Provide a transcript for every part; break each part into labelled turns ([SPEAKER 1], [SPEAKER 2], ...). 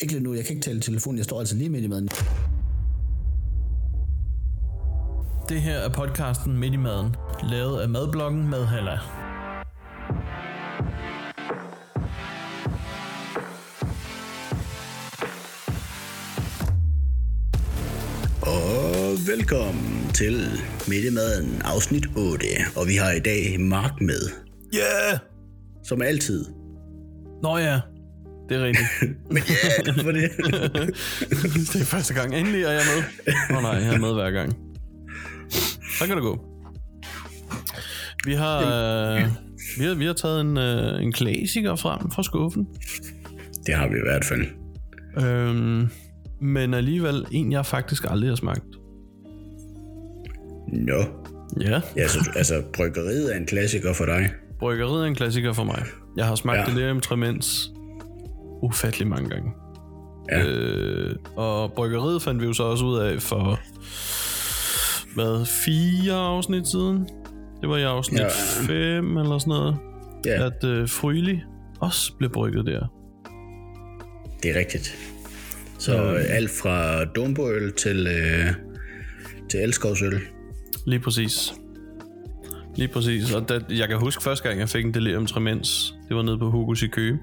[SPEAKER 1] Ikke lige nu, jeg kan ikke tale i telefonen, jeg står altså lige midt i maden.
[SPEAKER 2] Det her er podcasten Midt i Maden, lavet af Madbloggen med Halla.
[SPEAKER 1] Og velkommen til Midt i maden, afsnit 8. Og vi har i dag Mark med,
[SPEAKER 2] Ja! Yeah!
[SPEAKER 1] som altid.
[SPEAKER 2] Nå ja, det er rigtigt.
[SPEAKER 1] Men ja, for det.
[SPEAKER 2] det er første gang. Endelig er jeg med. Nå nej, jeg er med hver gang. Så kan det gå. Vi har, øh, vi har, vi har taget en, øh, en klassiker frem fra skuffen.
[SPEAKER 1] det har vi i hvert fald.
[SPEAKER 2] Øhm, men alligevel en, jeg faktisk aldrig har smagt.
[SPEAKER 1] Nå.
[SPEAKER 2] Ja,
[SPEAKER 1] Ja, så, altså, bryggeriet er en klassiker for dig.
[SPEAKER 2] bryggeriet er en klassiker for mig. Jeg har smagt
[SPEAKER 1] Ja.
[SPEAKER 2] ja. delirium tremens ufattelig mange gange.
[SPEAKER 1] Ja.
[SPEAKER 2] Øh, og bryggeriet fandt vi jo så også ud af for, hvad, fire afsnit siden? Det var i afsnit
[SPEAKER 1] Ja.
[SPEAKER 2] 5 eller sådan noget,
[SPEAKER 1] Ja,
[SPEAKER 2] at øh, Fryli også blev brygget der.
[SPEAKER 1] det er rigtigt. Så øh, alt fra dumboøl til, øh, til elskovsøl.
[SPEAKER 2] Lige præcis. Lige præcis. Og da, jeg kan huske første gang, jeg fik en delirium tremens. Det var nede på Hugos i Køge.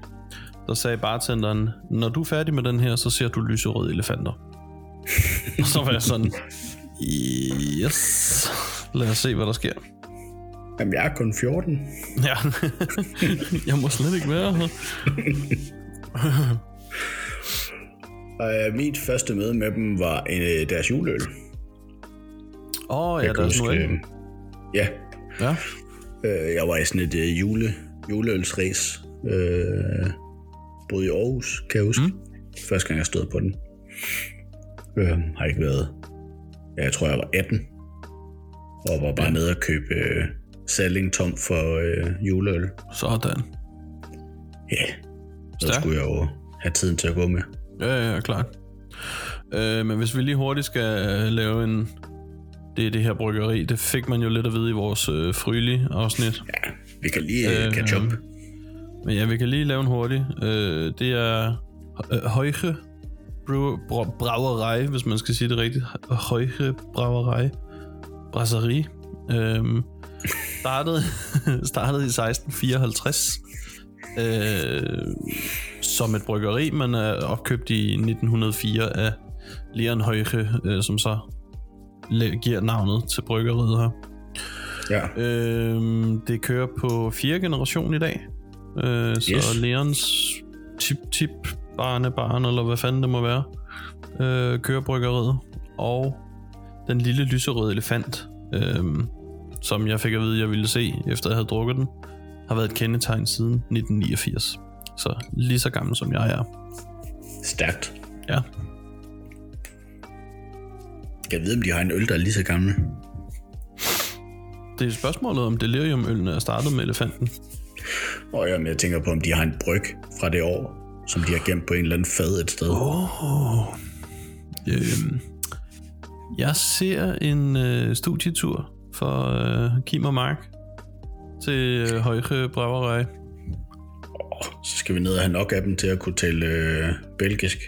[SPEAKER 2] Der sagde bartenderen, når du er færdig med den her, så ser du lyserøde elefanter. og så var jeg sådan, yes, lad os se, hvad der sker.
[SPEAKER 1] Jamen, jeg er kun 14.
[SPEAKER 2] Ja, jeg må slet ikke være her.
[SPEAKER 1] Og øh, mit første møde med dem var en, øh, deres juleøl. Jeg
[SPEAKER 2] Åh, oh, ja,
[SPEAKER 1] kan
[SPEAKER 2] der er sådan
[SPEAKER 1] øh,
[SPEAKER 2] noget.
[SPEAKER 1] Ja,
[SPEAKER 2] Ja.
[SPEAKER 1] øh, jeg var i sådan et øh, jule, juleølsræs. Øh, både i Aarhus, kan jeg huske. Mm. Første gang, jeg stod på den. Øh, har ikke været... Ja, jeg tror, jeg var 18. Og var bare nede og købe øh, Salling tom for øh, juleøl.
[SPEAKER 2] Sådan.
[SPEAKER 1] Ja, så
[SPEAKER 2] Stærkt.
[SPEAKER 1] skulle jeg jo have tiden til at gå med.
[SPEAKER 2] Ja, ja, ja, klart. Øh, men hvis vi lige hurtigt skal øh, lave en... Det er det her bryggeri. Det fik man jo lidt at vide i vores øh, frylige afsnit.
[SPEAKER 1] Ja, vi kan lige øh,
[SPEAKER 2] Øh,
[SPEAKER 1] catch up.
[SPEAKER 2] Men ja, vi kan lige lave en hurtig. Øh, det er øh, Højre Brew- Bra- Brauerei, hvis man skal sige det rigtigt. Højre Brauerei. Brasseri. Øh, startede, startede i 1654. Øh, som et bryggeri, men er opkøbt i 1904 af Leon Højre, øh, som så la- giver navnet til bryggeriet her.
[SPEAKER 1] Ja.
[SPEAKER 2] Øhm, det kører på fjerde generation i dag. Øh, så
[SPEAKER 1] Yes.
[SPEAKER 2] yes. Leons tip tip barne barn eller hvad fanden det må være, øh, kører bryggeriet. Og den lille lyserøde elefant, øh, som jeg fik at vide, jeg ville se, efter jeg havde drukket den, har været et kendetegn siden 1989. Så lige så gammel som jeg er.
[SPEAKER 1] Stærkt.
[SPEAKER 2] Ja,
[SPEAKER 1] Jeg ved, om de har en øl, der er lige så gammel.
[SPEAKER 2] det er spørgsmålet, om deliriumølene er startet med elefanten.
[SPEAKER 1] Og jamen, jeg tænker på, om de har en bryg fra det år, som de har gemt på en eller anden fad et sted. Oh.
[SPEAKER 2] Åh. Øhm, jeg ser en øh, studietur for øh, Kim og Mark til øh, Højre Braverøj.
[SPEAKER 1] Så skal vi ned og have nok af dem til at kunne tale øh, belgisk.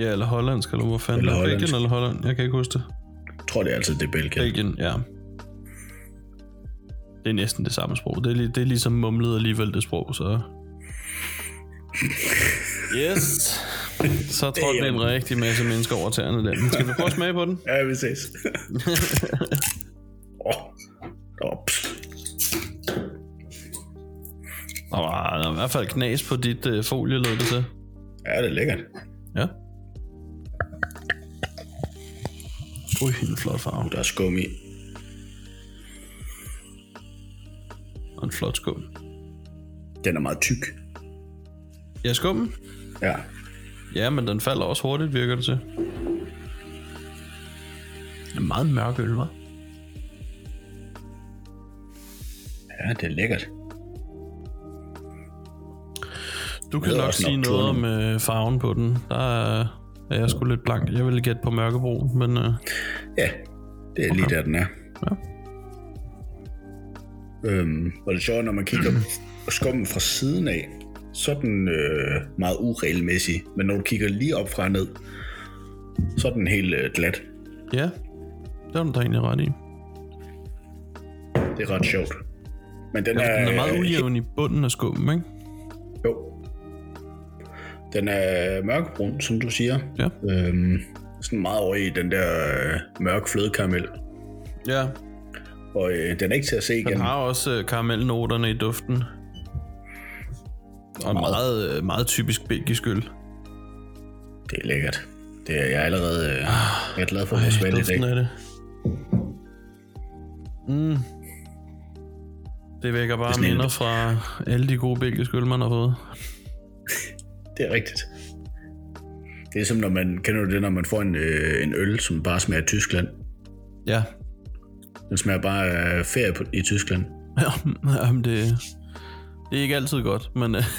[SPEAKER 2] Ja, eller hollandsk, eller hvor fanden?
[SPEAKER 1] Eller
[SPEAKER 2] Eller
[SPEAKER 1] hollandsk.
[SPEAKER 2] Belgien eller Holland? Jeg kan ikke huske det.
[SPEAKER 1] Jeg tror, det er altid det er Belgien.
[SPEAKER 2] Belgien, ja. Det er næsten det samme sprog. Det er, li- det er ligesom mumlet alligevel det sprog, så... Yes! Så tror det en rigtig masse mennesker over tæerne der. Skal vi prøve at smage på den?
[SPEAKER 1] Ja, vi ses. oh. Oh,
[SPEAKER 2] Der var, der var i hvert fald knas på dit øh, folie, lød det til.
[SPEAKER 1] ja, det er lækkert.
[SPEAKER 2] Ja. Ui, en flot farve.
[SPEAKER 1] Uh, Der er skum i.
[SPEAKER 2] Og en flot skum.
[SPEAKER 1] Den er meget tyk.
[SPEAKER 2] Ja, skummen.
[SPEAKER 1] Ja.
[SPEAKER 2] Ja, men den falder også hurtigt, virker det til. En meget mørk øl, hva'?
[SPEAKER 1] ja, det er lækkert.
[SPEAKER 2] Du kan
[SPEAKER 1] Det er
[SPEAKER 2] nok
[SPEAKER 1] også
[SPEAKER 2] sige
[SPEAKER 1] nok
[SPEAKER 2] noget om øh, farven på den. Der er, er jeg sgu lidt blank. Jeg ville gætte på mørkebrun, men øh,
[SPEAKER 1] Ja, det er okay. lige der, den er.
[SPEAKER 2] Ja.
[SPEAKER 1] Øhm, og det sjove, når man kigger skummen fra siden af, sådan øh, meget uregelmæssig, men når du kigger lige op fra og ned, så er den helt øh, glat.
[SPEAKER 2] Ja, det er du da egentlig ret i.
[SPEAKER 1] Det er ret sjovt. Men den,
[SPEAKER 2] Altså,
[SPEAKER 1] er, øh,
[SPEAKER 2] den er meget ujævn i bunden af skummen, ikke?
[SPEAKER 1] Jo. Den er mørkebrun, som du siger.
[SPEAKER 2] Ja.
[SPEAKER 1] Øhm, sådan meget over i den der øh, mørk flødekaramel.
[SPEAKER 2] Ja,
[SPEAKER 1] Og øh, den er ikke til at se
[SPEAKER 2] den
[SPEAKER 1] igen.
[SPEAKER 2] har også øh, karamellnoterne i duften. Og en
[SPEAKER 1] Meget.
[SPEAKER 2] meget, øh, meget typisk belgisk øl.
[SPEAKER 1] Det er lækkert. Det er jeg er allerede øh, jeg er glad for, at
[SPEAKER 2] Ah, Ej,
[SPEAKER 1] vores valg i dag.
[SPEAKER 2] duften af det. Mm. Det vækker bare
[SPEAKER 1] sådan en-
[SPEAKER 2] minder fra alle de gode belgiske øl, man har fået.
[SPEAKER 1] Det er rigtigt. Det er som, når man, kender du det, når man får en, øh, en øl, som bare smager af Tyskland.
[SPEAKER 2] Ja,
[SPEAKER 1] Den smager bare af ferie på, i Tyskland.
[SPEAKER 2] Jamen, det, det er ikke altid godt, men... øh,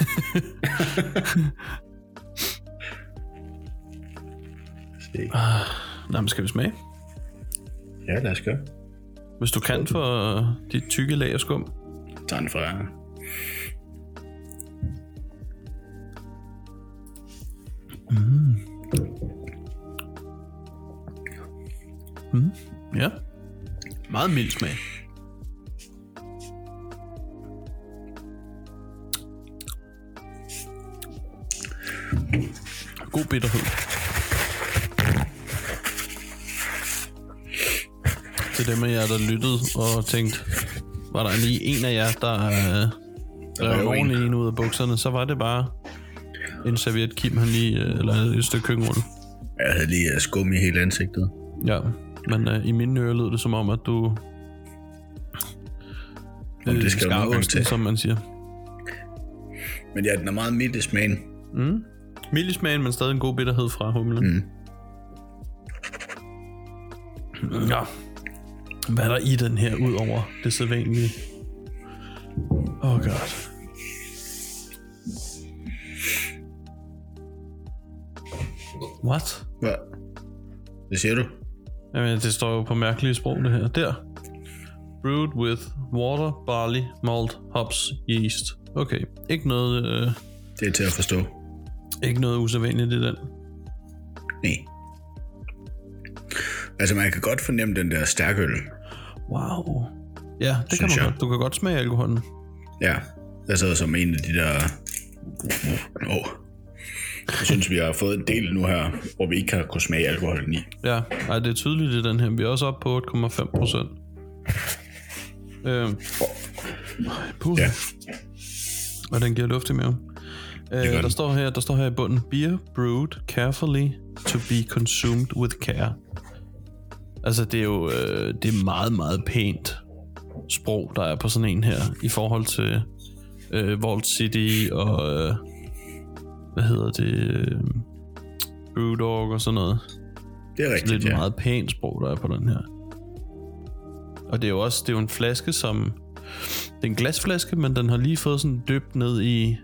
[SPEAKER 1] Se.
[SPEAKER 2] Ah, Nå, men skal vi smage?
[SPEAKER 1] Ja, lad os gøre.
[SPEAKER 2] Hvis du kan for øh, dit tykke lag af skum.
[SPEAKER 1] Tager den fra
[SPEAKER 2] Ja. Meget mild smag. God bitterhed. Til dem af jer, der lyttede og tænkte, var der lige en af jer, der, øh, der
[SPEAKER 1] rev
[SPEAKER 2] rev
[SPEAKER 1] en.
[SPEAKER 2] ordentligt en ud af bukserne, så var det bare en serviet Kim, han lige, øh, eller et stykke køkkenrulle.
[SPEAKER 1] Jeg havde lige øh, skum i hele ansigtet.
[SPEAKER 2] Ja, men øh, i mine ører lød det som om, at du...
[SPEAKER 1] Om det
[SPEAKER 2] Øh,
[SPEAKER 1] skal jo
[SPEAKER 2] skar
[SPEAKER 1] nogle gange
[SPEAKER 2] osten,
[SPEAKER 1] til.
[SPEAKER 2] som man siger.
[SPEAKER 1] Men ja, den er meget mild i smagen.
[SPEAKER 2] Mm. Mild i smagen, men stadig en god bitterhed fra humlen.
[SPEAKER 1] Mm. Mm.
[SPEAKER 2] Ja. Hvad er der i den her, ud over det sædvanlige? Åh, oh god. What?
[SPEAKER 1] Hvad? Det siger du?
[SPEAKER 2] Jamen, det står jo på mærkelige sprog, det her. Der. Brewed with water, barley, malt, hops, yeast. Okay. Ikke noget, øh,
[SPEAKER 1] Det er til at forstå.
[SPEAKER 2] ikke noget usædvanligt i den.
[SPEAKER 1] Nej. Altså, man kan godt fornemme den der stærke øl.
[SPEAKER 2] Wow. Ja, det
[SPEAKER 1] Synes
[SPEAKER 2] kan man
[SPEAKER 1] jeg.
[SPEAKER 2] godt. Du kan godt smage alkoholen.
[SPEAKER 1] Ja. Altså, som en af de der... Åh. Oh. Jeg synes, vi har fået en del nu her, hvor vi ikke har kunnet smage alkoholen i.
[SPEAKER 2] Ja, ej, det er tydeligt i den her. Vi er også oppe på 8,5 procent. Øh, puh.
[SPEAKER 1] Ja.
[SPEAKER 2] Ja. Og den giver luft i maven. Øh,
[SPEAKER 1] gør
[SPEAKER 2] der,
[SPEAKER 1] den.
[SPEAKER 2] står her, der står her i bunden, Beer brewed carefully to be consumed with care. Altså, det er jo øh, det er meget, meget pænt sprog, der er på sådan en her, i forhold til øh, Vault City og... Øh, hvad hedder det? Øh, Brewdog og sådan noget.
[SPEAKER 1] Det er
[SPEAKER 2] Så det er
[SPEAKER 1] rigtigt,
[SPEAKER 2] et
[SPEAKER 1] ja.
[SPEAKER 2] meget pænt sprog, der er på den her. Og det er jo også det er jo en flaske, som... Det er en glasflaske, men den har lige fået sådan døbt ned i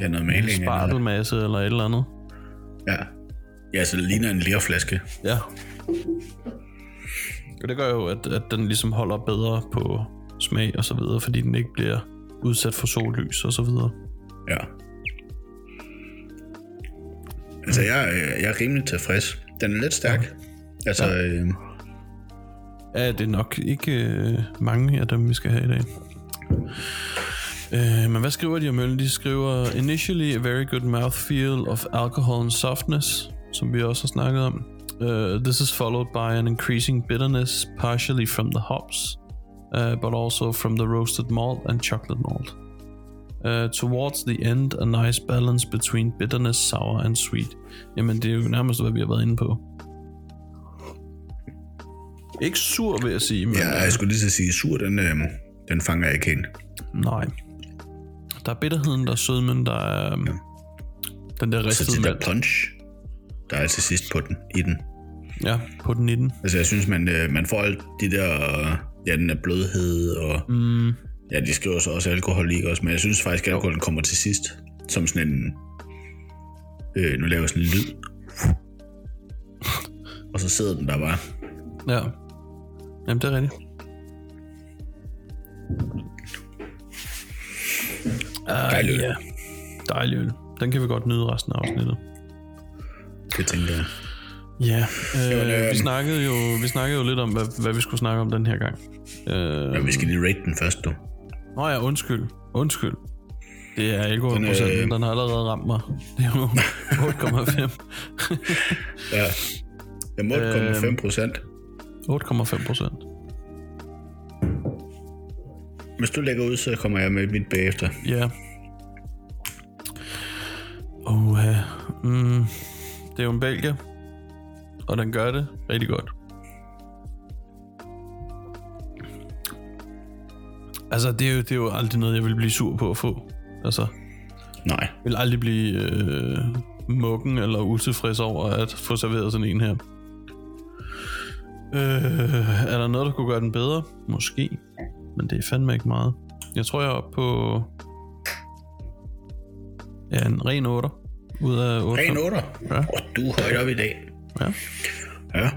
[SPEAKER 1] Ja, noget maling. eller noget.
[SPEAKER 2] spartelmasse eller et eller andet.
[SPEAKER 1] Ja. Ja, så det ligner en lærflaske.
[SPEAKER 2] Ja. Og det gør jo, at, at den ligesom holder bedre på smag og så videre, fordi den ikke bliver udsat for sollys og så videre.
[SPEAKER 1] Ja. Altså, jeg, øh, jeg er rimelig tilfreds. Den er lidt stærk. Altså,
[SPEAKER 2] Ja.
[SPEAKER 1] øh,
[SPEAKER 2] Ja, det er nok ikke øh, mange af dem, vi skal have i dag. Øh, men hvad skriver de om øl? De skriver Initially a very good mouthfeel of alcohol and softness Som vi også har snakket om uh, This is followed by an increasing bitterness Partially from the hops uh, But also from the roasted malt and chocolate malt Uh, towards the end, a nice balance between bitterness, sour and sweet. Jamen, det er jo nærmest, hvad vi har været inde på. Ikke sur, vil jeg sige, men...
[SPEAKER 1] ja, jeg skulle lige så sige, sur, den, øh, den fanger jeg ikke hen.
[SPEAKER 2] Nej. Der er bitterheden, der er sødmen, der er øhm, den der
[SPEAKER 1] Så det
[SPEAKER 2] ristede
[SPEAKER 1] der
[SPEAKER 2] malt.
[SPEAKER 1] punch, der er til sidst på den, i den.
[SPEAKER 2] Ja, på den 19.
[SPEAKER 1] Altså, jeg synes, man, øh, man får alt de der, øh, ja, den der blødhed, og
[SPEAKER 2] Mm,
[SPEAKER 1] ja, de skriver så også alkohol i også, men jeg synes faktisk, at alkoholen kommer til sidst, som sådan en, øh, nu laver jeg sådan en lyd, og så sidder den der bare.
[SPEAKER 2] ja. Jamen, det er rigtigt. Uh,
[SPEAKER 1] Dejlig øl.
[SPEAKER 2] ja. dejlig øl. Den kan vi godt nyde resten af afsnittet.
[SPEAKER 1] Det tænker jeg.
[SPEAKER 2] Ja,
[SPEAKER 1] Jamen,
[SPEAKER 2] øh,
[SPEAKER 1] øhm.
[SPEAKER 2] vi, snakkede jo, vi snakkede jo lidt om, hvad, hvad vi skulle snakke om den her gang. Øh,
[SPEAKER 1] Men vi skal lige rate den først, du.
[SPEAKER 2] Nå ja, undskyld. Undskyld. Det er alkoholprocenten,
[SPEAKER 1] Den,
[SPEAKER 2] den,
[SPEAKER 1] øh,
[SPEAKER 2] øh... den har allerede ramt mig. Det er jo 8,5.
[SPEAKER 1] Ja. Jeg måtte komme med 5
[SPEAKER 2] Øhm.
[SPEAKER 1] procent.
[SPEAKER 2] 8,5 procent.
[SPEAKER 1] Hvis du lægger ud, så kommer jeg med mit bagefter.
[SPEAKER 2] Ja. Oha. Mm. Det er jo en belgier. Og den gør det rigtig godt. Altså, det er, jo, det er jo aldrig noget, jeg vil blive sur på at få. Altså,
[SPEAKER 1] Nej.
[SPEAKER 2] Jeg vil aldrig blive øh, mukken eller utilfreds over at få serveret sådan en her. Øh, er der noget, der kunne gøre den bedre? Måske. Men det er fandme ikke meget. Jeg tror, jeg er oppe på... Ja, en ren 8. Ud af 8.
[SPEAKER 1] Ren 8.
[SPEAKER 2] Ja.
[SPEAKER 1] Og du er højt op i dag.
[SPEAKER 2] Ja.
[SPEAKER 1] Ja.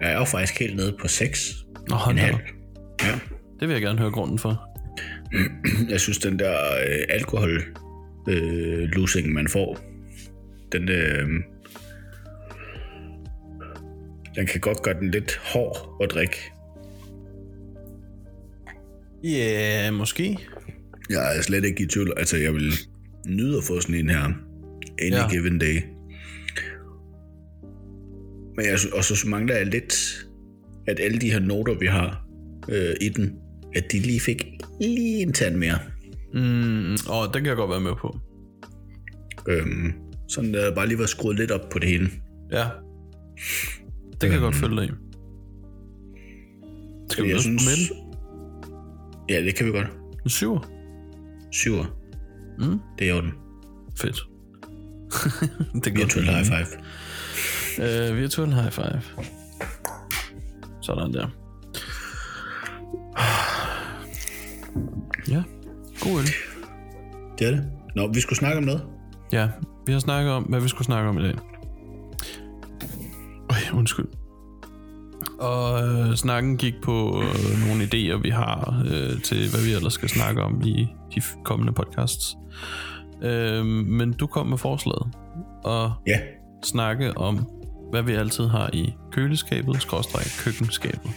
[SPEAKER 1] Jeg er jo faktisk helt nede på 6.
[SPEAKER 2] Nå, hold
[SPEAKER 1] En
[SPEAKER 2] da.
[SPEAKER 1] halv.
[SPEAKER 2] op.
[SPEAKER 1] Ja.
[SPEAKER 2] Det vil jeg gerne høre grunden for.
[SPEAKER 1] Jeg synes, den der øh, alkohol øh, losing, man får, den, øh, den kan godt gøre den lidt hård at drikke.
[SPEAKER 2] Ja, yeah, måske.
[SPEAKER 1] Jeg er slet ikke i tvivl. Altså, jeg vil nyde at få sådan en her any
[SPEAKER 2] Ja.
[SPEAKER 1] ja. given day. Men jeg, sy- og så mangler jeg lidt, at alle de her noter, vi har øh, i den, at de lige fik lige en tand mere.
[SPEAKER 2] Mm, og den kan jeg godt være med på.
[SPEAKER 1] Øhm, sådan der bare lige var skruet lidt op på det hele.
[SPEAKER 2] Ja. Det kan jeg godt følge dig i. Skal vi
[SPEAKER 1] jeg
[SPEAKER 2] også synes... på midten?
[SPEAKER 1] Ja, det kan vi godt.
[SPEAKER 2] En syver.
[SPEAKER 1] Syver.
[SPEAKER 2] Mm.
[SPEAKER 1] Det er jo den.
[SPEAKER 2] Fedt. det er
[SPEAKER 1] Virtual high five.
[SPEAKER 2] Øh, virtual high five. Sådan der. Ja, god øl.
[SPEAKER 1] Det er det. Nå, vi skulle snakke om noget.
[SPEAKER 2] Ja, vi har snakket om, hvad vi skulle snakke om i dag. Øj, undskyld. Og øh, snakken gik på øh, nogle idéer, vi har øh, til, hvad vi ellers skal snakke om i de f- kommende podcasts. Øh, men du kom med forslaget, og
[SPEAKER 1] Ja.
[SPEAKER 2] snakke om, hvad vi altid har i køleskabet, skråstrej køkkenskabet.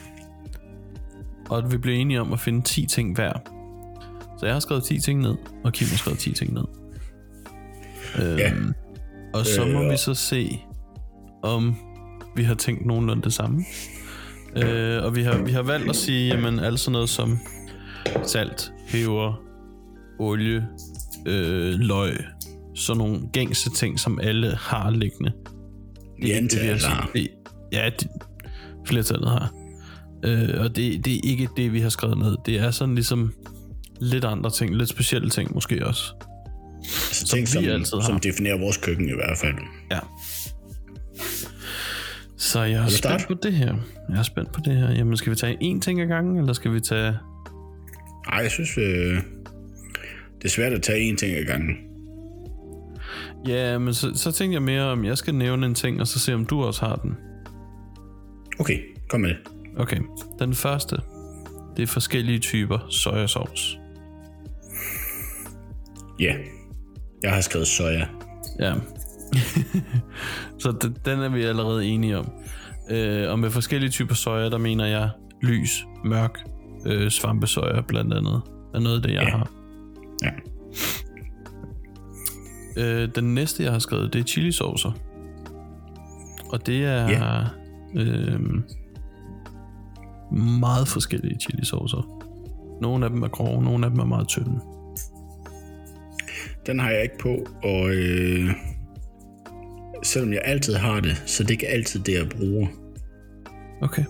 [SPEAKER 2] Og at vi blev enige om at finde 10 ting hver. Så jeg har skrevet 10 ting ned, og Kim har skrevet 10 ting ned. Øhm,
[SPEAKER 1] Ja.
[SPEAKER 2] Og så må
[SPEAKER 1] Øh,
[SPEAKER 2] vi
[SPEAKER 1] og-
[SPEAKER 2] så se, om vi har tænkt nogenlunde det samme. Øh, og vi har, vi har valgt at sige, jamen alt sådan noget som salt, peber, olie, øh, løg, sådan nogle gængse ting, som alle har liggende.
[SPEAKER 1] Vi altså.
[SPEAKER 2] Det
[SPEAKER 1] antager,
[SPEAKER 2] vil jeg
[SPEAKER 1] at
[SPEAKER 2] sige.
[SPEAKER 1] har.
[SPEAKER 2] Det, ja, de, flertallet har. Øh, og det, det er ikke det, vi har skrevet ned. Det er sådan ligesom lidt andre ting, lidt specielle ting måske også.
[SPEAKER 1] Altså, ting,
[SPEAKER 2] vi
[SPEAKER 1] som,
[SPEAKER 2] altid har.
[SPEAKER 1] som definerer vores køkken i hvert fald.
[SPEAKER 2] Ja. Så jeg er
[SPEAKER 1] du
[SPEAKER 2] spændt
[SPEAKER 1] starte?
[SPEAKER 2] på det her. Jeg er spændt på det her. Jamen, skal vi tage én ting ad gangen, eller skal vi tage...
[SPEAKER 1] Ej, jeg synes, øh, det er svært at tage én ting ad gangen.
[SPEAKER 2] Ja, men så, så tænkte jeg mere om, jeg skal nævne en ting, og så se, om du også har den.
[SPEAKER 1] Okay, kom med det.
[SPEAKER 2] Okay, den første, det er forskellige typer sojasauce.
[SPEAKER 1] Ja. Jeg har skrevet soja.
[SPEAKER 2] Ja. så den, den er vi allerede enige om. Øh, og med forskellige typer soja, der mener jeg lys, mørk, øh, svampesoja blandt andet, er noget af det, jeg
[SPEAKER 1] Ja.
[SPEAKER 2] har.
[SPEAKER 1] Ja.
[SPEAKER 2] Øh, den næste, jeg har skrevet, det er chilisaucer. Og det er
[SPEAKER 1] Ja.
[SPEAKER 2] øh, meget forskellige chilisaucer. Nogle af dem er grove, nogle af dem er meget tynde.
[SPEAKER 1] Den har jeg ikke på, og øh, selvom jeg altid har det, så det er ikke altid det, jeg bruger.
[SPEAKER 2] Okay.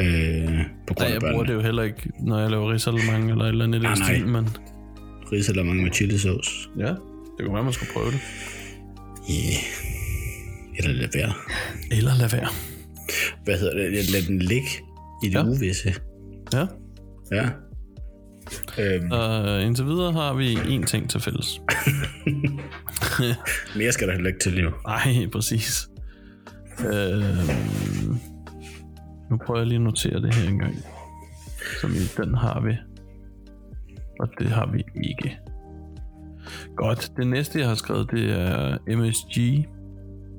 [SPEAKER 1] Øh, på grund
[SPEAKER 2] Ja,
[SPEAKER 1] af
[SPEAKER 2] jeg bruger
[SPEAKER 1] børnene.
[SPEAKER 2] det jo heller ikke, når jeg laver risalemang eller et eller andet i den
[SPEAKER 1] Ah, nej.
[SPEAKER 2] stil, men
[SPEAKER 1] Ris eller mange med chilisauce.
[SPEAKER 2] ja, det kunne være, man skulle prøve det.
[SPEAKER 1] Ja. Eller lad være.
[SPEAKER 2] Eller lad være.
[SPEAKER 1] Hvad hedder det? Lad- Lad den ligge i det
[SPEAKER 2] Ja.
[SPEAKER 1] ja. uvisse.
[SPEAKER 2] Ja,
[SPEAKER 1] Ja. Øhm,
[SPEAKER 2] og indtil videre har vi én ting til fælles.
[SPEAKER 1] mere skal der heller ikke til, jo.
[SPEAKER 2] Nej, præcis. Øhm, nu prøver jeg lige at notere det her engang. Som i, den har vi. Og det har vi ikke. Godt. Det næste, jeg har skrevet, det er MSG.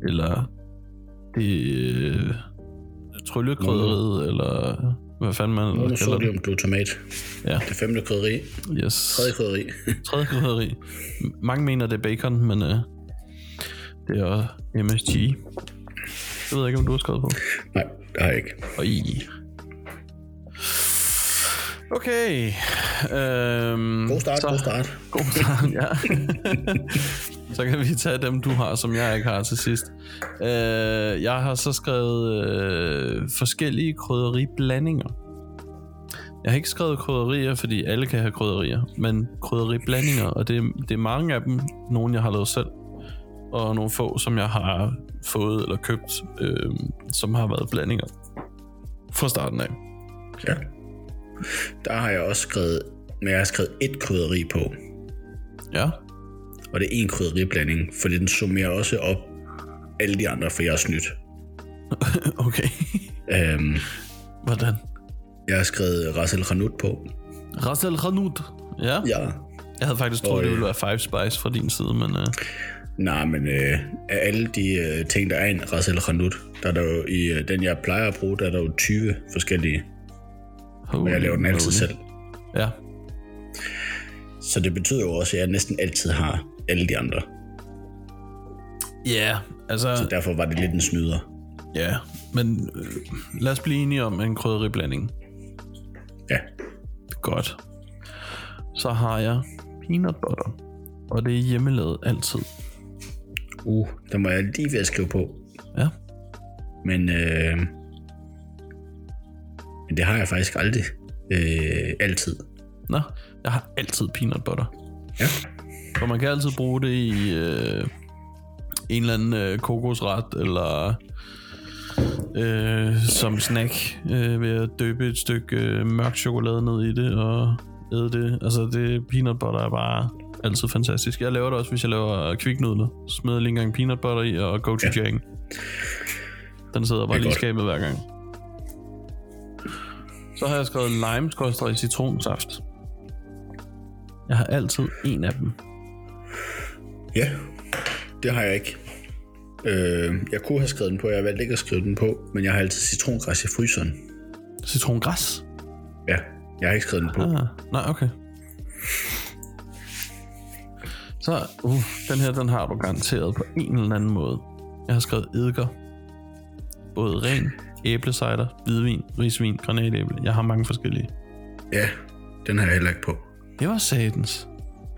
[SPEAKER 2] Eller det øh, tryllekrøderiet, eller hvad fanden man
[SPEAKER 1] Nu
[SPEAKER 2] eller
[SPEAKER 1] så
[SPEAKER 2] kalder
[SPEAKER 1] det
[SPEAKER 2] det.
[SPEAKER 1] om glutamat.
[SPEAKER 2] Ja.
[SPEAKER 1] Det femte krydderi.
[SPEAKER 2] Yes.
[SPEAKER 1] Tredje krydderi.
[SPEAKER 2] Tredje krydderi. Mange mener, det er bacon, men øh, det er også MSG. Det ved jeg ikke, om du har skrevet på.
[SPEAKER 1] Nej, det har jeg ikke.
[SPEAKER 2] Og i. Okay. Øhm,
[SPEAKER 1] God start,
[SPEAKER 2] så,
[SPEAKER 1] god start.
[SPEAKER 2] God start, ja. så kan vi tage dem, du har, som jeg ikke har til sidst. Øh, jeg har så skrevet øh, forskellige krydderiblandinger. Jeg har ikke skrevet krydderier, fordi alle kan have krydderier, men krydderiblandinger, og det, det er mange af dem, nogle jeg har lavet selv, og nogle få, som jeg har fået eller købt, øh, som har været blandinger fra starten af.
[SPEAKER 1] Ja. Der har jeg også skrevet, men jeg har skrevet et krydderi på,
[SPEAKER 2] Ja,
[SPEAKER 1] og det er en krydderiblanding, fordi den summerer også op alle de andre, for jeg er snydt.
[SPEAKER 2] okay.
[SPEAKER 1] Øhm,
[SPEAKER 2] Hvordan?
[SPEAKER 1] jeg har skrevet Rassel Hanout på.
[SPEAKER 2] Ras el Hanout. Ja.
[SPEAKER 1] Ja.
[SPEAKER 2] Jeg havde faktisk troet,
[SPEAKER 1] Og,
[SPEAKER 2] det ville
[SPEAKER 1] øh,
[SPEAKER 2] være Five Spice fra din side, men øh,
[SPEAKER 1] Nej, men øh, af alle de øh, ting, der er i en Rassel Hanout, der er der jo i øh, den, jeg plejer at bruge, der er der jo 20 forskellige, og jeg laver den altid selv.
[SPEAKER 2] Ja,
[SPEAKER 1] Så det betyder jo også, at jeg næsten altid har alle de andre.
[SPEAKER 2] yeah, altså,
[SPEAKER 1] Så derfor var det lidt en snyder.
[SPEAKER 2] ja, yeah. men øh, lad os blive enige om en krydderiblanding.
[SPEAKER 1] Ja.
[SPEAKER 2] Godt. Så har jeg peanut butter, og det er hjemmelavet altid.
[SPEAKER 1] Uh, der må jeg lige ved at skrive på.
[SPEAKER 2] Ja,
[SPEAKER 1] Men, øh, men det har jeg faktisk aldrig. Øh, altid.
[SPEAKER 2] nå, jeg har altid peanut butter.
[SPEAKER 1] Ja.
[SPEAKER 2] For man kan altid bruge det i øh, en eller anden øh, kokosret, eller øh, som snack, øh, ved at døbe et stykke øh, mørk chokolade ned i det, og æde det. Altså det peanut butter er bare altid fantastisk. Jeg laver det også, hvis jeg laver kviknudler. Smider lige en gang peanut butter i, og go to ja. Den sidder
[SPEAKER 1] Det
[SPEAKER 2] bare
[SPEAKER 1] er
[SPEAKER 2] lige i
[SPEAKER 1] godt.
[SPEAKER 2] skabet hver gang. Så har jeg skrevet lime i citronsaft. Jeg har altid en af dem.
[SPEAKER 1] Ja, det har jeg ikke. Øh, jeg kunne have skrevet den på, jeg valgte ikke at skrive den på, men jeg har altid citrongræs i fryseren.
[SPEAKER 2] Citrongræs?
[SPEAKER 1] Ja, jeg har ikke skrevet den på.
[SPEAKER 2] Ah, nej, okay. Så, uh, den her, den har du garanteret på en eller anden måde. Jeg har skrevet eddiker. Både ren, æblecider, hvidvin, risvin, granatæble. Jeg har mange forskellige.
[SPEAKER 1] Ja, den har jeg heller ikke på.
[SPEAKER 2] Det var satans.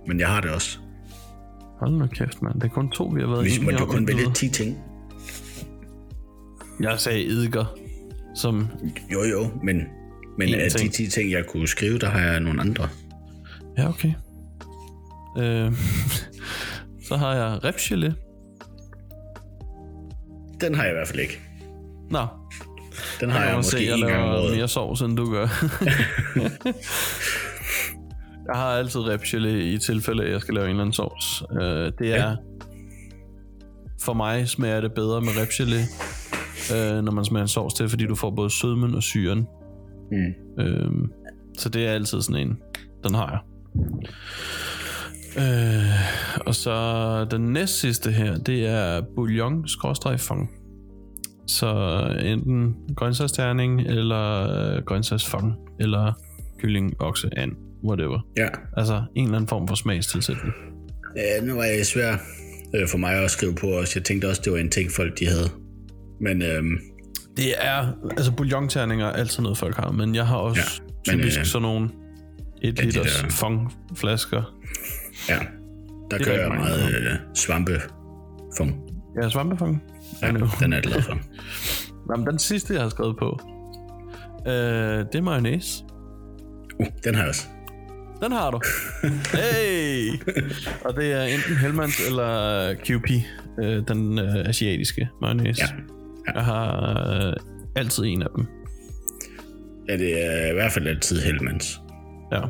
[SPEAKER 1] Men jeg har det også.
[SPEAKER 2] Hold nu kæft, mand. Det er kun to, vi har været
[SPEAKER 1] Hvis man
[SPEAKER 2] enige
[SPEAKER 1] du
[SPEAKER 2] om,
[SPEAKER 1] kun
[SPEAKER 2] men du
[SPEAKER 1] vælge
[SPEAKER 2] ved.
[SPEAKER 1] 10 ting.
[SPEAKER 2] Jeg sagde eddiker, som
[SPEAKER 1] Jo, jo, men, men
[SPEAKER 2] En
[SPEAKER 1] af de
[SPEAKER 2] ting.
[SPEAKER 1] 10 ting, jeg kunne skrive, der har jeg nogle andre.
[SPEAKER 2] Ja, okay. Øh, så har jeg repgelé.
[SPEAKER 1] Den har jeg i hvert fald ikke.
[SPEAKER 2] Nå,
[SPEAKER 1] Den har jeg,
[SPEAKER 2] må
[SPEAKER 1] måske
[SPEAKER 2] se, jeg
[SPEAKER 1] en gang om
[SPEAKER 2] laver
[SPEAKER 1] året.
[SPEAKER 2] mere sovs, end du gør. jeg har altid repgelé i tilfælde, af, at jeg skal lave en eller anden sovs. Øh, det er... Ja. For mig smager det bedre med repgelé, øh, når man smager en sovs til, fordi du får både sødmen og syren.
[SPEAKER 1] Mm.
[SPEAKER 2] Øh, så det er altid sådan en. Den har jeg. Øh, og så den næst sidste her, det er bouillon fond. Så enten grøntsagsterning, eller øh, grøntsagsfond, eller kylling, okse, and, whatever.
[SPEAKER 1] Ja.
[SPEAKER 2] Altså en eller anden form for smagstilsætning.
[SPEAKER 1] ja, nu var det svært øh, for mig at skrive på også. Jeg tænkte også, det var en ting, folk de havde. Men øhm,
[SPEAKER 2] Det er, altså bouillonterninger er altid noget, folk har, men jeg har også ja,
[SPEAKER 1] Ja, men,
[SPEAKER 2] typisk
[SPEAKER 1] øh,
[SPEAKER 2] sådan nogle 1
[SPEAKER 1] de
[SPEAKER 2] liters
[SPEAKER 1] der-
[SPEAKER 2] fondflasker.
[SPEAKER 1] ja, der
[SPEAKER 2] Det
[SPEAKER 1] gør
[SPEAKER 2] er
[SPEAKER 1] jeg
[SPEAKER 2] rigtig
[SPEAKER 1] meget
[SPEAKER 2] mange.
[SPEAKER 1] øh, svampefung.
[SPEAKER 2] Ja, svampefond.
[SPEAKER 1] Ja,
[SPEAKER 2] I know.
[SPEAKER 1] den er jeg glad for.
[SPEAKER 2] Nå, men den sidste, jeg har skrevet på, øh, det er mayonnaise.
[SPEAKER 1] Uh, den har jeg også.
[SPEAKER 2] Den har du. Hey! Og det er enten Hellmans eller QP, øh, den øh, asiatiske mayonnaise.
[SPEAKER 1] Ja.
[SPEAKER 2] Jeg har øh, altid en af dem.
[SPEAKER 1] Ja, det er i hvert fald altid Hellmans.
[SPEAKER 2] Ja.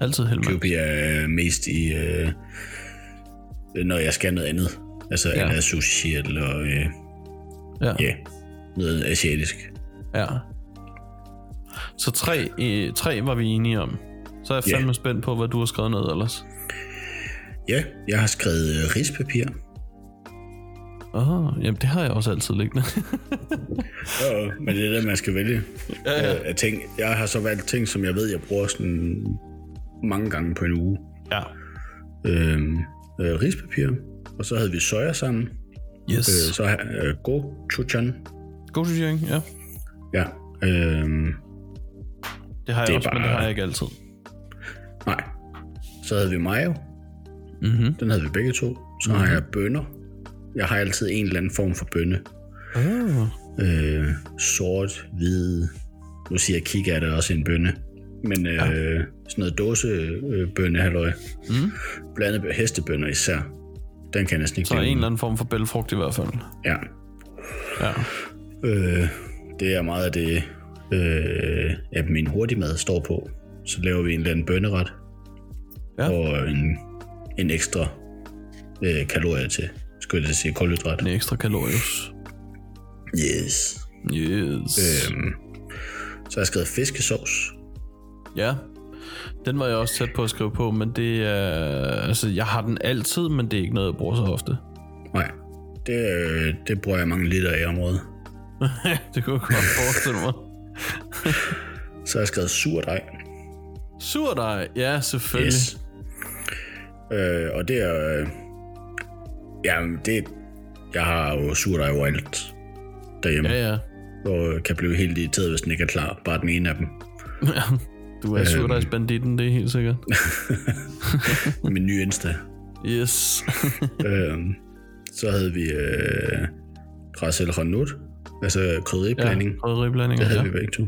[SPEAKER 2] Altid Hellmans.
[SPEAKER 1] Køb jeg øh, mest i, øh, når jeg skal noget andet. Altså,
[SPEAKER 2] Ja.
[SPEAKER 1] ja. eller sushi, eller øh,
[SPEAKER 2] Ja.
[SPEAKER 1] ja, noget asiatisk.
[SPEAKER 2] ja. Så tre, øh, tre var vi enige om. Så er jeg
[SPEAKER 1] Ja.
[SPEAKER 2] fandme spændt på, hvad du har skrevet ned ellers.
[SPEAKER 1] Ja, jeg har skrevet øh, rispapir.
[SPEAKER 2] Aha, jamen det har jeg også altid liggende.
[SPEAKER 1] Jo, jo, men det er det, man skal vælge.
[SPEAKER 2] Ja, ja.
[SPEAKER 1] Øh, af ting. Jeg har så valgt ting, som jeg ved, jeg bruger sådan mange gange på en uge.
[SPEAKER 2] ja.
[SPEAKER 1] Øh, øh, rispapir, og så havde vi soja sammen.
[SPEAKER 2] Yes.
[SPEAKER 1] Øh, så har øh, gochujang.
[SPEAKER 2] Gochujang, ja.
[SPEAKER 1] Ja. Øh,
[SPEAKER 2] Det har jeg
[SPEAKER 1] Det er
[SPEAKER 2] også, bare... men
[SPEAKER 1] bare-
[SPEAKER 2] det har jeg ikke altid.
[SPEAKER 1] nej. Så havde vi mayo.
[SPEAKER 2] Mhm.
[SPEAKER 1] Den havde vi begge to. Så mm-hmm. har jeg bønner. Jeg har altid en eller anden form for bønne.
[SPEAKER 2] Ah.
[SPEAKER 1] Øh, sort, hvid. Nu siger jeg kigger, er det også en bønne. Men øh, sådan noget dåsebønne, halløj.
[SPEAKER 2] Mm.
[SPEAKER 1] Blandet hestebønner især. Den kan jeg næsten ikke
[SPEAKER 2] Så er
[SPEAKER 1] leve
[SPEAKER 2] en
[SPEAKER 1] uden.
[SPEAKER 2] eller anden form for bælfrugt i hvert fald.
[SPEAKER 1] Ja.
[SPEAKER 2] Ja.
[SPEAKER 1] Øh, det er meget af det, øh, at min hurtigmad står på. Så laver vi en eller anden bønneret.
[SPEAKER 2] Ja.
[SPEAKER 1] Og en, en ekstra øh, kalorie til. Skulle jeg til at sige kulhydrat.
[SPEAKER 2] En ekstra kalorius.
[SPEAKER 1] Yes.
[SPEAKER 2] Yes. Øh.
[SPEAKER 1] Øhm, så har jeg skrevet fiskesovs.
[SPEAKER 2] Ja. Den var jeg også tæt på at skrive på, men det er... Altså, jeg har den altid, men det er ikke noget, jeg bruger så ofte.
[SPEAKER 1] Nej, det, øh, det bruger jeg mange liter af om året.
[SPEAKER 2] det kunne jeg godt forestille mig.
[SPEAKER 1] Så har jeg skrevet surdej.
[SPEAKER 2] Surdej, ja, selvfølgelig. Yes.
[SPEAKER 1] Yes. Øh, og det er... Øh, jamen, det... Jeg har jo surdej overalt derhjemme.
[SPEAKER 2] Ja, ja.
[SPEAKER 1] og kan blive helt irriteret, hvis den ikke er klar. Bare den ene af dem.
[SPEAKER 2] Du
[SPEAKER 1] Øhm.
[SPEAKER 2] er surdejsbanditten, det er helt sikkert.
[SPEAKER 1] Min nye Insta.
[SPEAKER 2] Yes.
[SPEAKER 1] øhm, så havde vi øh, græs eller håndnut, altså krydderiblanding.
[SPEAKER 2] ja,
[SPEAKER 1] Ja.
[SPEAKER 2] krydderiblandinger,
[SPEAKER 1] Det havde
[SPEAKER 2] ja.
[SPEAKER 1] ja. vi begge to.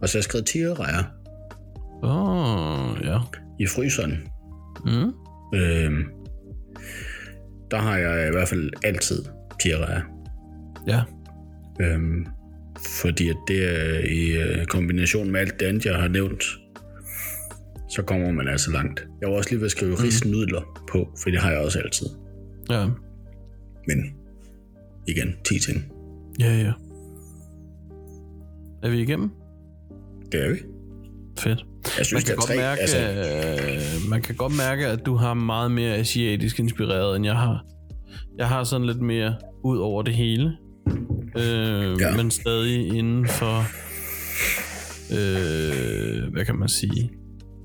[SPEAKER 1] Og så har jeg skrevet tigerrejer
[SPEAKER 2] Åh, ja.
[SPEAKER 1] i fryseren.
[SPEAKER 2] Mm.
[SPEAKER 1] Øhm, der har jeg i hvert fald altid tigerrejer.
[SPEAKER 2] Ja,
[SPEAKER 1] Øhm, fordi at det er i øh, kombination med alt det andet, jeg har nævnt, så kommer man altså langt. Jeg var også lige ved at skrive
[SPEAKER 2] Mhm.
[SPEAKER 1] mm. risnudler på, for det har jeg også altid.
[SPEAKER 2] ja.
[SPEAKER 1] Men igen, 10 ting.
[SPEAKER 2] Ja, ja. Er vi igennem?
[SPEAKER 1] Det er vi.
[SPEAKER 2] Fedt.
[SPEAKER 1] Jeg
[SPEAKER 2] Man
[SPEAKER 1] synes,
[SPEAKER 2] kan,
[SPEAKER 1] der er
[SPEAKER 2] godt
[SPEAKER 1] tre.
[SPEAKER 2] mærke,
[SPEAKER 1] Altså,
[SPEAKER 2] øh, man kan godt mærke, at du har meget mere asiatisk inspireret, end jeg har. Jeg har sådan lidt mere ud over det hele, øh, ja.
[SPEAKER 1] Ja.
[SPEAKER 2] men stadig inden for, øh, hvad kan man sige,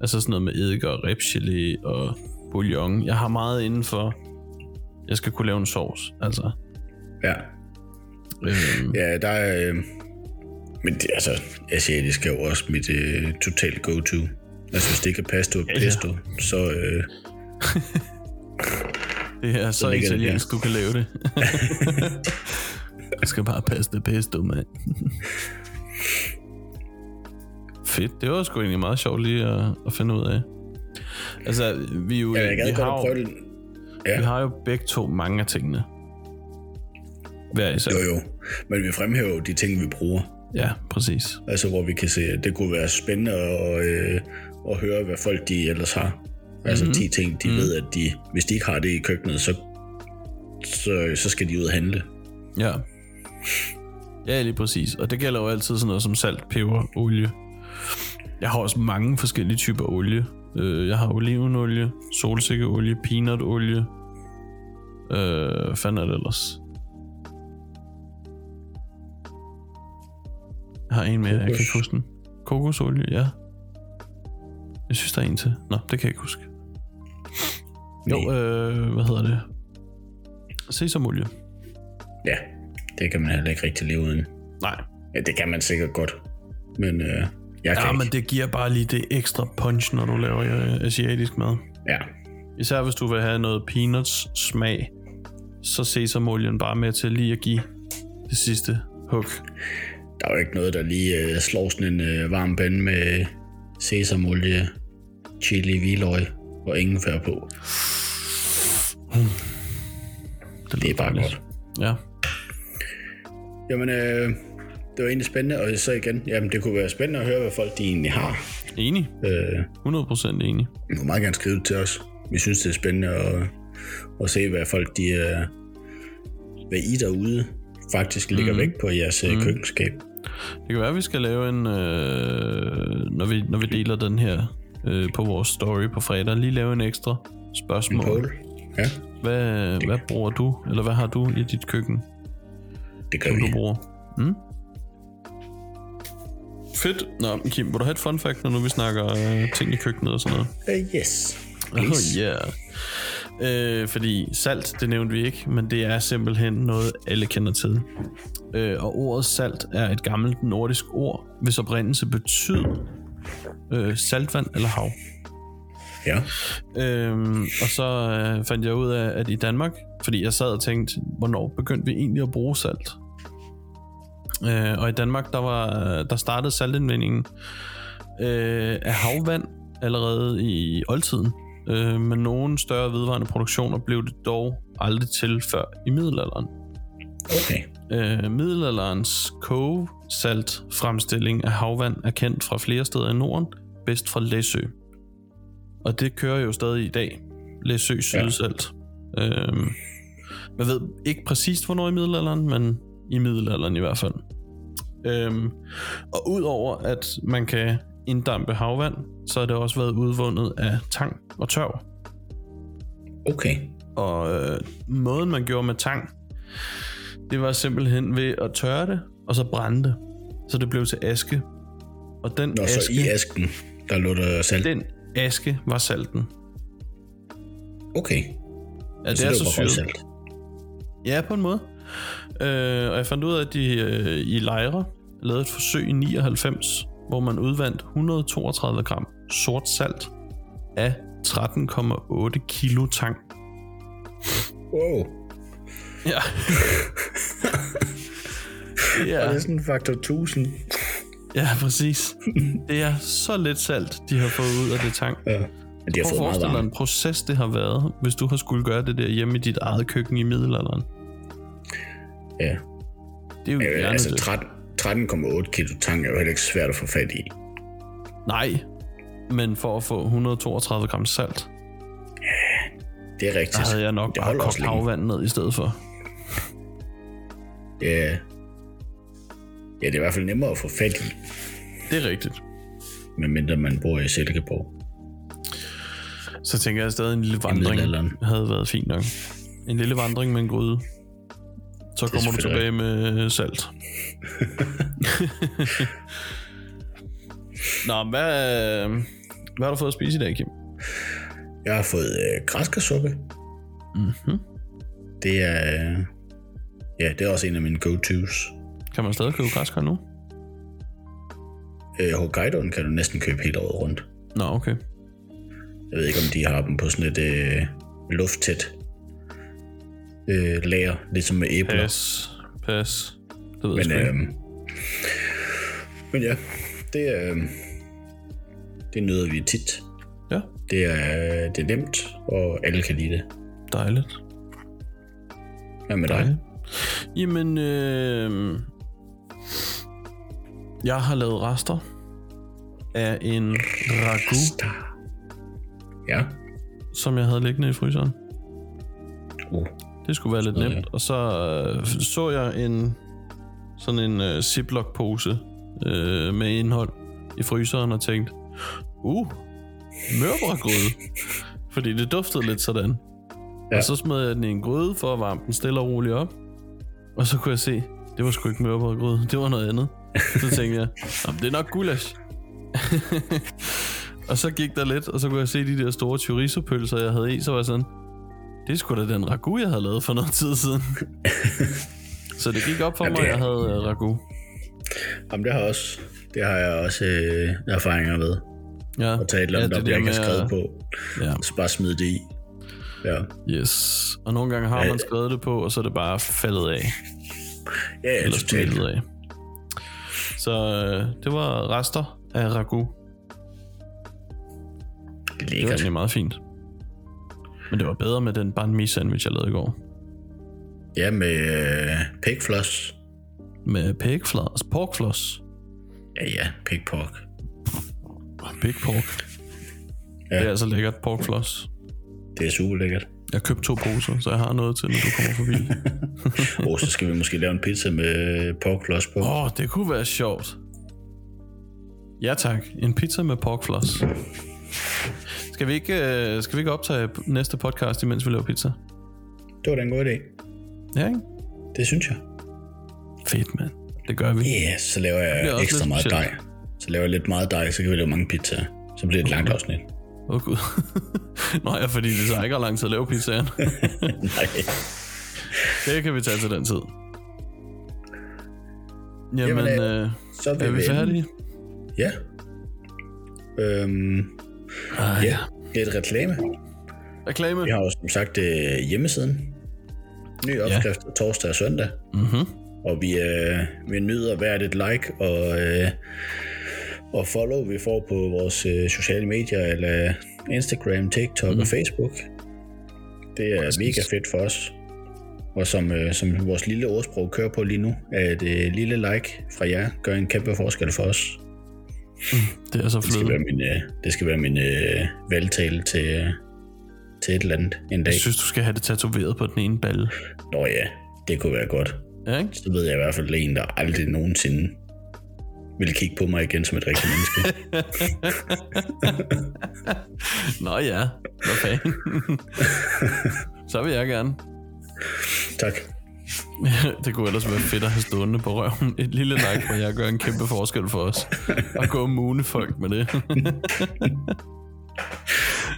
[SPEAKER 2] altså sådan noget med eddike og ribchili og bouillon. Jeg har meget inden for, jeg skal kunne lave en sovs, altså.
[SPEAKER 1] ja.
[SPEAKER 2] Øh,
[SPEAKER 1] ja, der er... Øh, men det, altså, asiatisk er jo også mit øh, totalt go-to. Altså, hvis det ikke er pasta og
[SPEAKER 2] ja.
[SPEAKER 1] pesto, så... Øh,
[SPEAKER 2] Det er så, så
[SPEAKER 1] ligger det
[SPEAKER 2] italiensk, du kan lave det. Jeg skal bare passe det pesto, mand. Fedt, det var sgu egentlig meget sjovt lige at, at finde ud af. Altså, vi, er jo,
[SPEAKER 1] jeg vil
[SPEAKER 2] vi,
[SPEAKER 1] gerne
[SPEAKER 2] har,
[SPEAKER 1] godt at prøve
[SPEAKER 2] jo,
[SPEAKER 1] det.
[SPEAKER 2] vi har jo begge to mange af tingene. Hver især.
[SPEAKER 1] Jo, jo. Men vi fremhæver jo de ting, vi bruger.
[SPEAKER 2] Ja, præcis.
[SPEAKER 1] Altså, hvor vi kan se, at det kunne være spændende at, øh, at høre, hvad folk de ellers har. Altså
[SPEAKER 2] Mhm.
[SPEAKER 1] mm-hmm. 10 ting, de mm-hmm. ved, at de, hvis de ikke har det i køkkenet, så, så, så skal de ud og handle.
[SPEAKER 2] Ja. Ja, lige præcis. Og det gælder jo altid sådan noget som salt, peber, olie. Jeg har også mange forskellige typer olie. Øh, Jeg har olivenolie, solsikkeolie, peanutolie. Øh, hvad fanden er det ellers? Jeg har en mere, jeg kan
[SPEAKER 1] Kokos.
[SPEAKER 2] ikke huske den. Kokosolie, ja. Jeg synes, der er en til. Nå, det kan jeg ikke huske. Jo, øh, hvad hedder det? Sesamolie.
[SPEAKER 1] Ja, det kan man heller ikke rigtig leve uden.
[SPEAKER 2] Nej,
[SPEAKER 1] Ja, det kan man sikkert godt. Men øh, jeg kan
[SPEAKER 2] Ja,
[SPEAKER 1] ikke.
[SPEAKER 2] men det giver bare lige det ekstra punch, når du laver øh, asiatisk mad.
[SPEAKER 1] Ja,
[SPEAKER 2] Især hvis du vil have noget peanuts smag, så sesamolien bare med til lige at give det sidste hug.
[SPEAKER 1] der er jo ikke noget, der lige øh, slår sådan en øh, varm pande med sesamolie, chili, hvidløg og ingefær på.
[SPEAKER 2] Det,
[SPEAKER 1] Det er
[SPEAKER 2] lyder
[SPEAKER 1] bare
[SPEAKER 2] dejligt.
[SPEAKER 1] godt.
[SPEAKER 2] Ja.
[SPEAKER 1] Jamen, øh, det var egentlig spændende, og så igen, jamen, det kunne være spændende at høre, hvad folk de egentlig har.
[SPEAKER 2] Enig.
[SPEAKER 1] Øh,
[SPEAKER 2] 100% enig.
[SPEAKER 1] du må meget gerne skrive det til os. Vi synes, det er spændende at, at se, hvad folk de er, hvad I derude faktisk ligger mm. væk på i jeres mm. køkkenskab.
[SPEAKER 2] Det kan være, at vi skal lave en, øh, når, vi, når vi deler den her øh, på vores story på fredag, lige lave en ekstra
[SPEAKER 1] En
[SPEAKER 2] spørgsmål.
[SPEAKER 1] pole. Ja,
[SPEAKER 2] Hvad, hvad bruger du, eller hvad har du i dit køkken,
[SPEAKER 1] det gør
[SPEAKER 2] som du
[SPEAKER 1] vi.
[SPEAKER 2] bruger? Mm? Fedt. Nå, Kim, vil du have et fun fact, når nu vi snakker øh, ting i køkkenet og sådan noget?
[SPEAKER 1] Uh, yes.
[SPEAKER 2] Oh, yeah. Øh, fordi salt, det nævnte vi ikke, men det er simpelthen noget, alle kender til. Øh, og ordet salt er et gammelt nordisk ord, hvis oprindelse betyder øh, saltvand eller hav.
[SPEAKER 1] Ja.
[SPEAKER 2] Øhm, og så øh, fandt jeg ud af, at i Danmark, fordi jeg sad og tænkte, hvornår begyndte vi egentlig at bruge salt? Øh, og i Danmark, der, var, der startede saltindvindingen øh, af havvand allerede i oldtiden. Øh, men nogle større vedvarende produktioner blev det dog aldrig til før i middelalderen.
[SPEAKER 1] Okay.
[SPEAKER 2] Øh, middelalderens kogesalt fremstilling af havvand er kendt fra flere steder i Norden, bedst fra Læsø. Og det kører jo stadig i dag. Læsø sydsalt. Ja. Øhm, man ved ikke præcist, hvornår i middelalderen, men i middelalderen i hvert fald. Øhm, og udover at man kan inddampe havvand, så har det også været udvundet af tang og tørv.
[SPEAKER 1] Okay.
[SPEAKER 2] Og øh, måden, man gjorde med tang, det var simpelthen ved at tørre det, og så brænde det. Så det blev til aske. Og den,
[SPEAKER 1] Nå, så
[SPEAKER 2] aske,
[SPEAKER 1] i asken, der lå der salt.
[SPEAKER 2] den aske var salten.
[SPEAKER 1] Okay.
[SPEAKER 2] Ja, det
[SPEAKER 1] så
[SPEAKER 2] er
[SPEAKER 1] det
[SPEAKER 2] så
[SPEAKER 1] var bare
[SPEAKER 2] syret.
[SPEAKER 1] salt.
[SPEAKER 2] Ja, på en måde. Øh, og jeg fandt ud af, at de øh, i Lejre lavede et forsøg i 99, hvor man udvandt 132 gram sort salt af 13,8 kilo tang.
[SPEAKER 1] Wow.
[SPEAKER 2] Ja.
[SPEAKER 1] Ja.
[SPEAKER 2] ja.
[SPEAKER 1] Det er sådan en faktor 1000.
[SPEAKER 2] Ja, præcis. Det er så lidt salt, de har fået ud af det tank.
[SPEAKER 1] Ja. Men det har
[SPEAKER 2] Prøv
[SPEAKER 1] fået meget
[SPEAKER 2] at forestille dig
[SPEAKER 1] varmt.
[SPEAKER 2] en proces, det har været, hvis du har skulle gøre det der hjemme i dit eget køkken i middelalderen.
[SPEAKER 1] Ja.
[SPEAKER 2] Det er jo
[SPEAKER 1] Ja,
[SPEAKER 2] ja,
[SPEAKER 1] altså
[SPEAKER 2] det.
[SPEAKER 1] 13 13,8 kilo tang er jo heller ikke svært at få fat i.
[SPEAKER 2] Nej, men for at få 132 gram salt,
[SPEAKER 1] Det er rigtigt.
[SPEAKER 2] der havde jeg nok
[SPEAKER 1] det
[SPEAKER 2] bare
[SPEAKER 1] Altså, holder også
[SPEAKER 2] kogt
[SPEAKER 1] længe.
[SPEAKER 2] havvand ned i stedet for.
[SPEAKER 1] Ja. Ja, det er i hvert fald nemmere at få fat i,
[SPEAKER 2] Det er rigtigt.
[SPEAKER 1] medmindre man bor i Silkeborg.
[SPEAKER 2] Så tænker jeg stadig, en lille vandring
[SPEAKER 1] middelalderen.
[SPEAKER 2] havde været fint nok. En lille vandring med en gryde. Så kommer du tilbage
[SPEAKER 1] selvfølgelig
[SPEAKER 2] med salt. Nå, men hvad, hvad har du fået at spise i dag, Kim?
[SPEAKER 1] Jeg har fået øh, græskarsuppe. Mhm.
[SPEAKER 2] Mm-hmm.
[SPEAKER 1] Det er... Øh, ja, det er også en af mine go-tos.
[SPEAKER 2] Kan man stadig købe græskar nu?
[SPEAKER 1] Øh, Hokkaidoen kan du næsten købe hele året rundt.
[SPEAKER 2] Nå, okay.
[SPEAKER 1] Jeg ved ikke, om de har dem på sådan et øh, lufttæt øh, lager, ligesom med æbler.
[SPEAKER 2] Pas. Pas. Det ved
[SPEAKER 1] Men,
[SPEAKER 2] jeg øh...
[SPEAKER 1] øhm, men ja, det, øhm, det nyder vi tit.
[SPEAKER 2] Ja,
[SPEAKER 1] Det er, det er nemt, og alle kan lide det.
[SPEAKER 2] dejligt.
[SPEAKER 1] Hvad med dig?
[SPEAKER 2] dejligt. Jamen, øh... jeg har lavet rester af en ragu,
[SPEAKER 1] Star. Ja.
[SPEAKER 2] som jeg havde liggende i fryseren.
[SPEAKER 1] Uh,
[SPEAKER 2] Det skulle være lidt
[SPEAKER 1] Sådan
[SPEAKER 2] nemt. Og så øh, så jeg en sådan en øh, Ziploc-pose øh, med indhold i fryseren og tænkte, uh, mørbragryde. Fordi det duftede lidt sådan. Ja.
[SPEAKER 1] Ja.
[SPEAKER 2] Og så smed jeg den i en gryde for at varme den stille og roligt op. Og så kunne jeg se, det var sgu ikke mørbragryde, det var noget andet. Så tænkte jeg, "Nå, men det er nok gulasch. og så gik der lidt, og så kunne jeg se de der store chorizo-pølser, jeg havde i, så var jeg sådan, det er sgu da den ragu, jeg havde lavet for noget tid siden. så det gik op for
[SPEAKER 1] Ja,
[SPEAKER 2] mig,
[SPEAKER 1] det
[SPEAKER 2] at
[SPEAKER 1] er-
[SPEAKER 2] jeg havde øh, ragu.
[SPEAKER 1] jamen det har, jeg også, det har jeg også øh, erfaringer med.
[SPEAKER 2] Ja,
[SPEAKER 1] At tage et eller andet ja, op, jeg
[SPEAKER 2] ja, det der
[SPEAKER 1] ikke
[SPEAKER 2] med
[SPEAKER 1] har
[SPEAKER 2] at-
[SPEAKER 1] skrevet på.
[SPEAKER 2] Ja,
[SPEAKER 1] Så bare smide det i. Ja,
[SPEAKER 2] yes. Og nogle gange har
[SPEAKER 1] Ja.
[SPEAKER 2] man skrevet det på, og så er det bare faldet af.
[SPEAKER 1] ja, ja
[SPEAKER 2] Eller
[SPEAKER 1] totalt.
[SPEAKER 2] smeltet af. Så øh, det var rester af ragu. Det var
[SPEAKER 1] Lækkert.
[SPEAKER 2] egentlig meget fint. Men det var bedre med den banh mi sandwich, jeg lavede i går.
[SPEAKER 1] Ja, med øh, pigfloss.
[SPEAKER 2] Med pækfloss. Porkfloss.
[SPEAKER 1] Ja, ja, pigpork.
[SPEAKER 2] Big pork. Ja.
[SPEAKER 1] Ja.
[SPEAKER 2] Det er altså lækkert porkfloss.
[SPEAKER 1] Det er super lækkert.
[SPEAKER 2] Jeg købte to poser, så jeg har noget til, når du kommer forbi.
[SPEAKER 1] Og så skal vi måske lave en pizza med porkfloss på.
[SPEAKER 2] Åh, oh, det kunne være sjovt. Ja tak, en pizza med porkfloss. Skal vi ikke, øh, skal vi ikke optage næste podcast, imens vi laver pizza?
[SPEAKER 1] Det var da en god idé.
[SPEAKER 2] Ja, ikke?
[SPEAKER 1] Det synes jeg.
[SPEAKER 2] Fedt, mand. Det gør vi.
[SPEAKER 1] Ja, så laver
[SPEAKER 2] bliver
[SPEAKER 1] jeg
[SPEAKER 2] også
[SPEAKER 1] ekstra
[SPEAKER 2] lidt
[SPEAKER 1] meget dej.
[SPEAKER 2] specielt.
[SPEAKER 1] Så laver jeg lidt meget dej, så kan vi lave mange pizzaer. Så bliver det et langt afsnit.
[SPEAKER 2] Åh, oh, gud. Nå ja, fordi det tager ikke lang tid at lave pizzaen.
[SPEAKER 1] Nej.
[SPEAKER 2] det kan vi tage til den tid. Jamen,
[SPEAKER 1] Jamen,
[SPEAKER 2] Jamen
[SPEAKER 1] øh,
[SPEAKER 2] øh,
[SPEAKER 1] Så
[SPEAKER 2] er vi
[SPEAKER 1] ved den.
[SPEAKER 2] færdige?
[SPEAKER 1] Ja. Øhm,
[SPEAKER 2] Ej,
[SPEAKER 1] ja, lidt reklame.
[SPEAKER 2] Reklame?
[SPEAKER 1] Vi har jo som sagt øh, hjemmesiden. Ny opskrift ja. torsdag og søndag.
[SPEAKER 2] Mhm.
[SPEAKER 1] Og vi, øh, vi nyder hvert et like og, øh, og follow, vi får på vores øh, sociale medier, eller Instagram, TikTok mm. og Facebook. Det er mega fedt for os. Og som, øh, som vores lille ordsprog kører på lige nu, er et øh, lille like fra jer gør en kæmpe forskel for os.
[SPEAKER 2] Det er så
[SPEAKER 1] Det skal være
[SPEAKER 2] flot.
[SPEAKER 1] min, øh, det skal være min øh, valgtale til, øh, til et eller andet en dag.
[SPEAKER 2] Jeg synes, du skal have det tatoveret på den ene balle.
[SPEAKER 1] Nå ja, det kunne være godt.
[SPEAKER 2] Ja, ikke?
[SPEAKER 1] så ved jeg i hvert fald en, der aldrig nogensinde vil kigge på mig igen som et rigtigt menneske.
[SPEAKER 2] Nå ja, hvad fanden. så vil jeg gerne.
[SPEAKER 1] tak.
[SPEAKER 2] det kunne ellers være fedt at have stående på røven. Et lille like, hvor jeg gør en kæmpe forskel for os. Og gå og mune folk med det.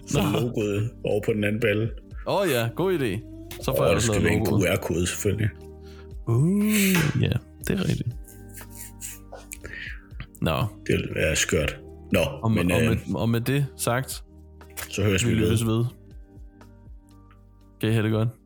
[SPEAKER 1] Så logoet over på den anden balle.
[SPEAKER 2] Åh oh, ja, god idé. Så får
[SPEAKER 1] Og
[SPEAKER 2] jeg
[SPEAKER 1] det
[SPEAKER 2] også
[SPEAKER 1] skal
[SPEAKER 2] lavet
[SPEAKER 1] være en
[SPEAKER 2] logoet.
[SPEAKER 1] QR-kode selvfølgelig.
[SPEAKER 2] Uh, ja, det er rigtigt. Nå,
[SPEAKER 1] Det vil være skørt. Nå,
[SPEAKER 2] og,
[SPEAKER 1] men
[SPEAKER 2] men, og,
[SPEAKER 1] øh,
[SPEAKER 2] med, og med det sagt,
[SPEAKER 1] så høres
[SPEAKER 2] vi
[SPEAKER 1] vi ved.
[SPEAKER 2] lyttes ved. Kan I have det godt?